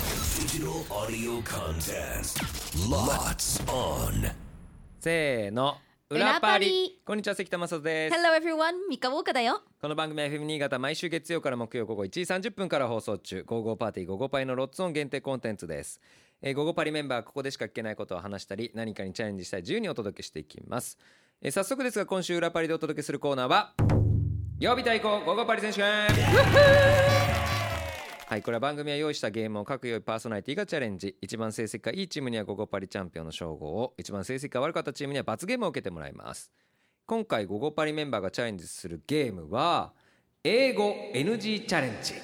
Digital audio contest. Lots on. せーの裏裏パパリリこんにちは関田正人です Hello everyone! 三日ウォーカだよこの番組は FM 新潟毎週月曜から木曜午後1時30分から放送中「ゴーゴーパーティーゴーゴーパイ」のロッツオン限定コンテンツです、えー、ゴーゴーパリメンバーここでしか聞けないことを話したり何かにチャレンジしたい自由にお届けしていきます、えー、早速ですが今週裏パリでお届けするコーナーは曜日対抗ゴーゴーパリ選手権はい、これは番組が用意したゲームを各曜日パーソナリティがチャレンジ。一番成績がいいチームにはゴゴパリチャンピオンの称号を、一番成績が悪かったチームには罰ゲームを受けてもらいます。今回ゴゴパリメンバーがチャレンジするゲームは、英語 NG チャレンジ。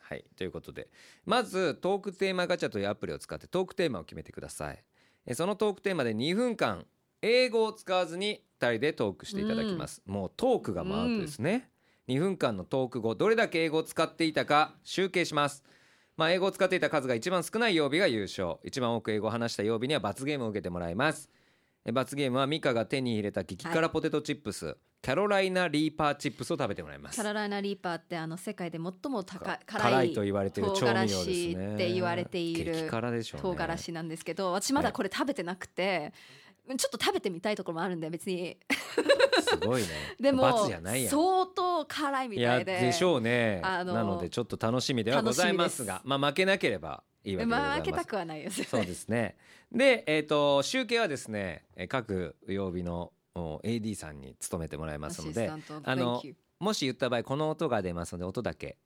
はい、ということで、まずトークテーマガチャというアプリを使ってトークテーマを決めてください。えそのトークテーマで2分間、英語を使わずに2人でトークしていただきます。もうトークが回るとですね。2分間のトーク後どれだけ英語を使っていたか集計しますまあ英語を使っていた数が一番少ない曜日が優勝一番多く英語を話した曜日には罰ゲームを受けてもらいますえ罰ゲームはミカが手に入れた激辛ポテトチップス、キャロライナリーパーチップスを食べてもらいますキャロライナリーパーってあの世界で最も高い辛い辛いと言われている調味料ですね唐辛子って言われている激辛でしょうね唐辛子なんですけど私まだこれ食べてなくてちょっと食べてみたいところもあるんで 別にすごいね でも罰じゃないやん相当辛いみいたやいででしょうね、あのなのでちょっと楽しみではございますが楽しまあ負けなければいいわけでございままあす負けたくは ないですそうですね。で、えっ、と、集計はですね、えー各曜日のお AD さんに務めてもらいますので、ああののもし言った場合、この音が出ますので、音だけ。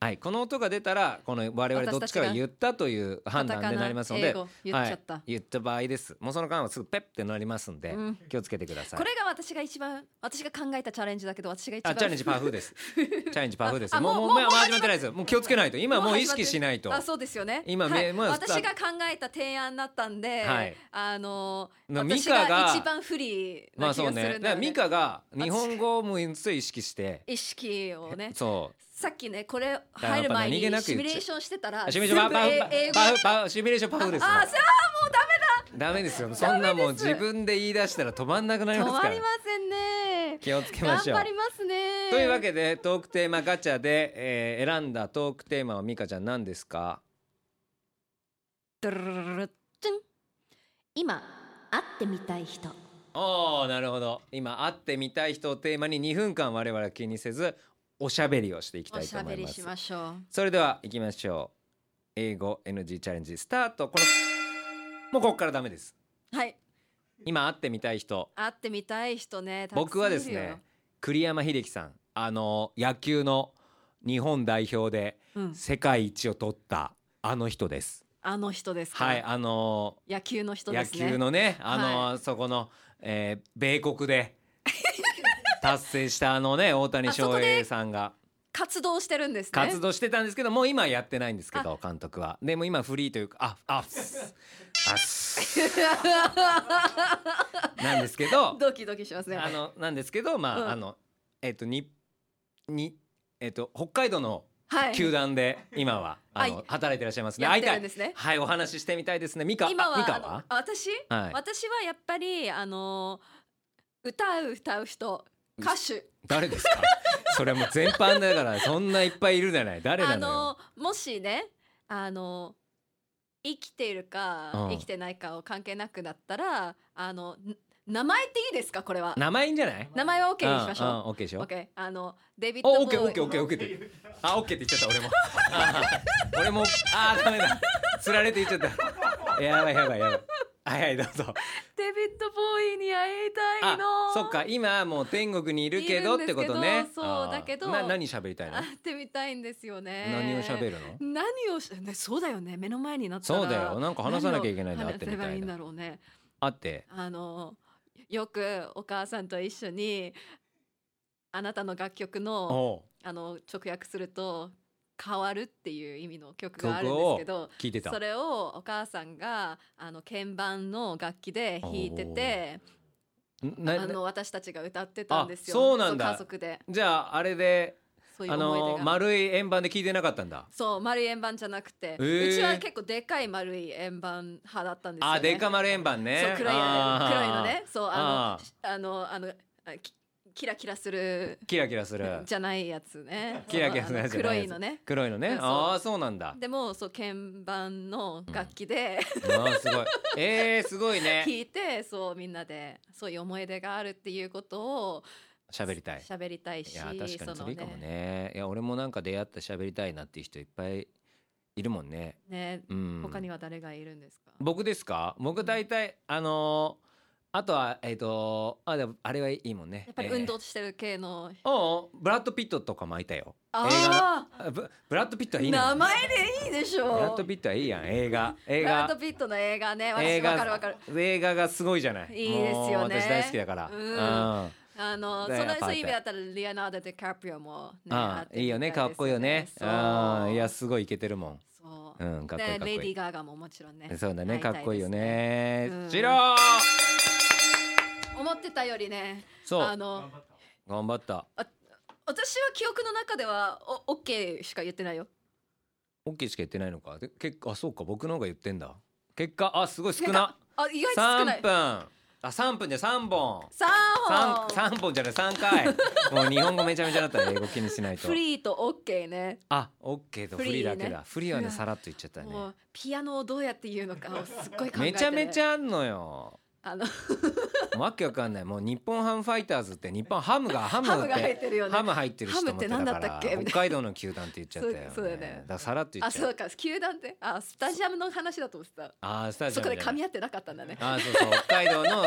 はい、この音が出たら、この我々どっちかが言ったという判断でなりますの英で、語言っちゃった、はい、言った場合です。もうその間はすぐペッってなりますんで、うん気をつけてください。これが私が一番私が考えたチャレンジだけど私が一番あチャレンジパーフー です。チャレンジパーフーです。あもうもうもうもうもう始まってないです。もう気をつけないと。今もう意識しないと。あそうですよね今はいめまあ私が考えた提案だったんで、はいあのなミ私カがが一番不利まなあ気そうがするんだね。だよからねミカが日本語もすごい意識して、意識をねそう。さっきねこれや入る前っぱ何気なにく言っちゃうシミュレーションしてたらシミュレーションパ全部フ英英語パフパフシミュレーションパフですあさダメですよそんなもう自分で言い出したら止まんなくなあります止かまらりませんね気をつけ頑ましょう張りますねというわけでトークテーマガチャで、えー選んだトークテーマはミカちゃん何ですかドゥルルルルルチュン今会ってみたい人おーなるほど今会ってみたい人をテーマに2分間我々は気にせずおしゃべりをしていきたおいしとゃ思べいりましすましょうそれでは行きましょう英語 NG チャレンジスタートこのもうここからダメですはい今会ってみたい人会ってみたい人ねたくさんいるよ僕はですね栗山英樹さんあの野球の日本代表でうん世界一を取ったあの人です。あの人ですかはい、あの野球の人野ですね球のね、あのそこの、えー米国 で達成したあのね大谷翔平さんが活動してるんですね活動してたんですけど、もう今はやってないんですけど監督は。でも今フリーというかああっすあっ すなんですけど、 ドキドキしますねあのなんですけどまあ、うんあのえっ、とににえっ、と北海道のはい球団で今は、あはのい働いてらっしゃいますね。やっ会いてたるんいで。すねはいお話ししてみたいですね。ミカ今はあミカあのはあ私、はい私はやっぱりあの歌う歌う人歌手誰ですか。 それはもう全般だからそんないっぱいいるじゃない。誰あなのよ。のもしねあの生きているか、うん生きてないかを関係なくなったらあのん名前っていいですかこれは名前いいんじゃない。名前は OK にしましょう、オッケーでしょ。オッケーあのデビッド・おボオッケーオッケーオッーケーイオッケーって。あオッケーって言っちゃった俺も。あー俺も あーダメだ。釣られて言っちゃった。 やばいやばいやばい。はいはいどうぞ。デビッド・ボーイに会いたいのあそっか今もう天国にいるけどってこといるんねですけどあーそうだけどな何喋りたいの会ってみたいんですよね何を喋るの何をし、ね、そうだよね目の前になったらそうだよなんか話さなきゃいけないんで何を会ってみたいな話せばいいんだろうねあってあのよくお母さんと一緒にあなたの楽曲のおあの直訳すると変わるっていう意味の曲があるんですけど聞いてたそれをお母さんがあの鍵盤の楽器で弾いててなあなの私たちが歌ってたんですよあそうなんだそう家族でじゃああれでそういうあ思い出のが丸い円盤で聞いてなかったんだそう丸い円盤じゃなくて、えーうちは結構でかい丸い円盤派だったんですよ、ね、あでか丸円盤ねそう黒いのねあー黒いのねそうあのあーしあのあのあきキラキラするキラキラするじゃないやつね キラキラするやつあの黒いのね黒いのねうんそうああそうなんだでもそう鍵盤の楽器で、ああすごいえー、すごいね 弾いてそうみんなでそういう思い出があるっていうことを喋りたい喋りたいしいや確かにそれいいかものねいや俺もなんか出会った喋りたいなっていう人いっぱいいるもんねねうん他には誰がいるんですか、僕ですか僕大体あのーあとはえっ、とあでもあれはいいもんねやっぱり運動してる系の、えーおうブラッド・ピットとかもいたよああブブラッド・ピットあはいいな名前でいいでしょうブラッド・ピットはいいやん映画映ブラッ画ド・ピットの映画ね映私画わかるわかる映画がすごいじゃないいいですよねもう私大好きだからうんうんあのそねのやっぱそういう意味だったらリアナード・ディカプリオもねあっていいよねみたかっこいいよねですうんいやそうすごいイケてるもそう、んうんかっこいいでかっレこディいー・ガーガももちろんねいそうだね会たかっこいいよねうんジロー思ってたよりねそあうの頑張った私は記憶の中ではおオッケーしか言ってないよオッケーしか言ってないのかで結果あそうか僕の方が言ってんだ結果あすごい少なんなかあ意外と少三ない分あ三分じゃ三本三三本三本じゃない三回もう日本語めちゃめちゃだったら英語気にしないとフリーとオッケーねあオッケーとフフリーリーだねけだフリーはうねわさらっと言っちゃったねもうピアノをどうやって言うのかをすっごい考えて、ね、めちゃめちゃゃあんのよあのわけわかんないもう日本ハムファイターズって日本ハムがハムハムっが入っててるよねハム入ってる人ハムもっっててだ何だかったらっけみたいな北海道の球団って言っちゃったよねそうそうだよねからさらっと言あっちゃそううか球団ってあスタジアムの話だと思ってたああスタジそアこムでじゃ噛ないみ合ってなかったんだねあそうそう北海道の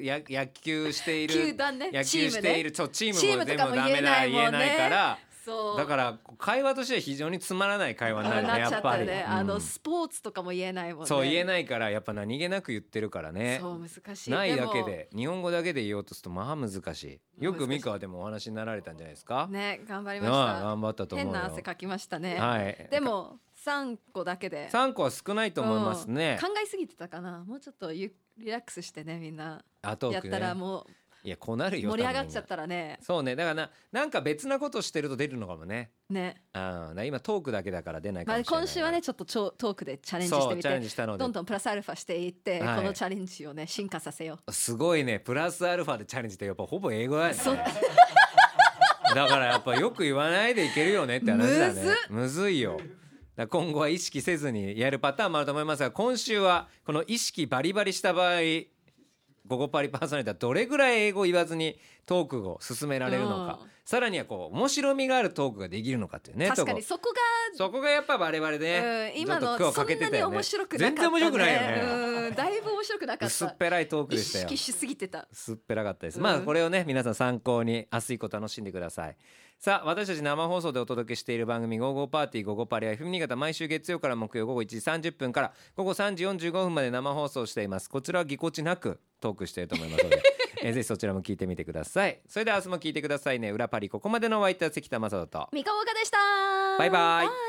や野球している球団ね野チ球ーしムていねるそうチームチーもムでとかももダメだ言えない言えもんねないからそうだから会話としては非常につまらない会話になあるなねっちやゃっっぱたり、ねうんあのスポーツとかも言えないもんねそう言えないからやっぱ何気なく言ってるからねそう難しいないだけもで日本語だけで言おうとするとまあ難しいよく難しい美川でもお話になられたんじゃないですか、ね頑張りましああた頑張ったと思う変よな汗かきましたね、はいでも3個だけで3個は少ないと思いますねうん考えすぎてたかなもうちょっとゆリラックスしてねみんなあとやったらもいやこうなうるよ盛り上がっちゃ多っ分たらねそうねだからななんか別なことしてると出るのかもねね、ああ今トークだけだから出ないかまもしれあ、ないな、今週はねちょっとちょトークでチャレンジしてそうみチャレンてジしたのでどんどんプラスアルファしていって、はいこのチャレンジをね進化させよすごいねプラスアルファでチャレンジってやっぱほぼ英語だようねそだからやっぱよく言わないでいけるよねって話だねむずっむずいよだから今後は意識せずにやるパターンもあると思いますが今週はこの意識バリバリした場合ゴゴパリパーソナリティはどれぐらい英語を言わずにトークを進められるのか、うんさらにはこう面白みがあるトークができるのかっていうね確かにとこそこそこがやっぱ我々ね、うん、今のちょっと苦労そかけんてなたによね面白くなかった、ね、全然面白くないよね、うんだいぶ面白くなかった薄っぺらいトーク意でしたよ識しすぎてたすっぺらかったです、うんまあこれをね皆さん参考に明日以降楽しんでくださいさあ私たち生放送でお届けしている番組「ゴーゴーパーティーゴーゴーパリ」は FM 新潟毎週月曜から木曜午後1時30分から午後3時45分まで生放送していますこちらはぎこちなくトークしていると思いますの でえーぜひそちらも聞いてみてくださいそれでは明日も聞いてくださいね裏パリここまでのワイター関田正人と三河岡でしたバイバイイ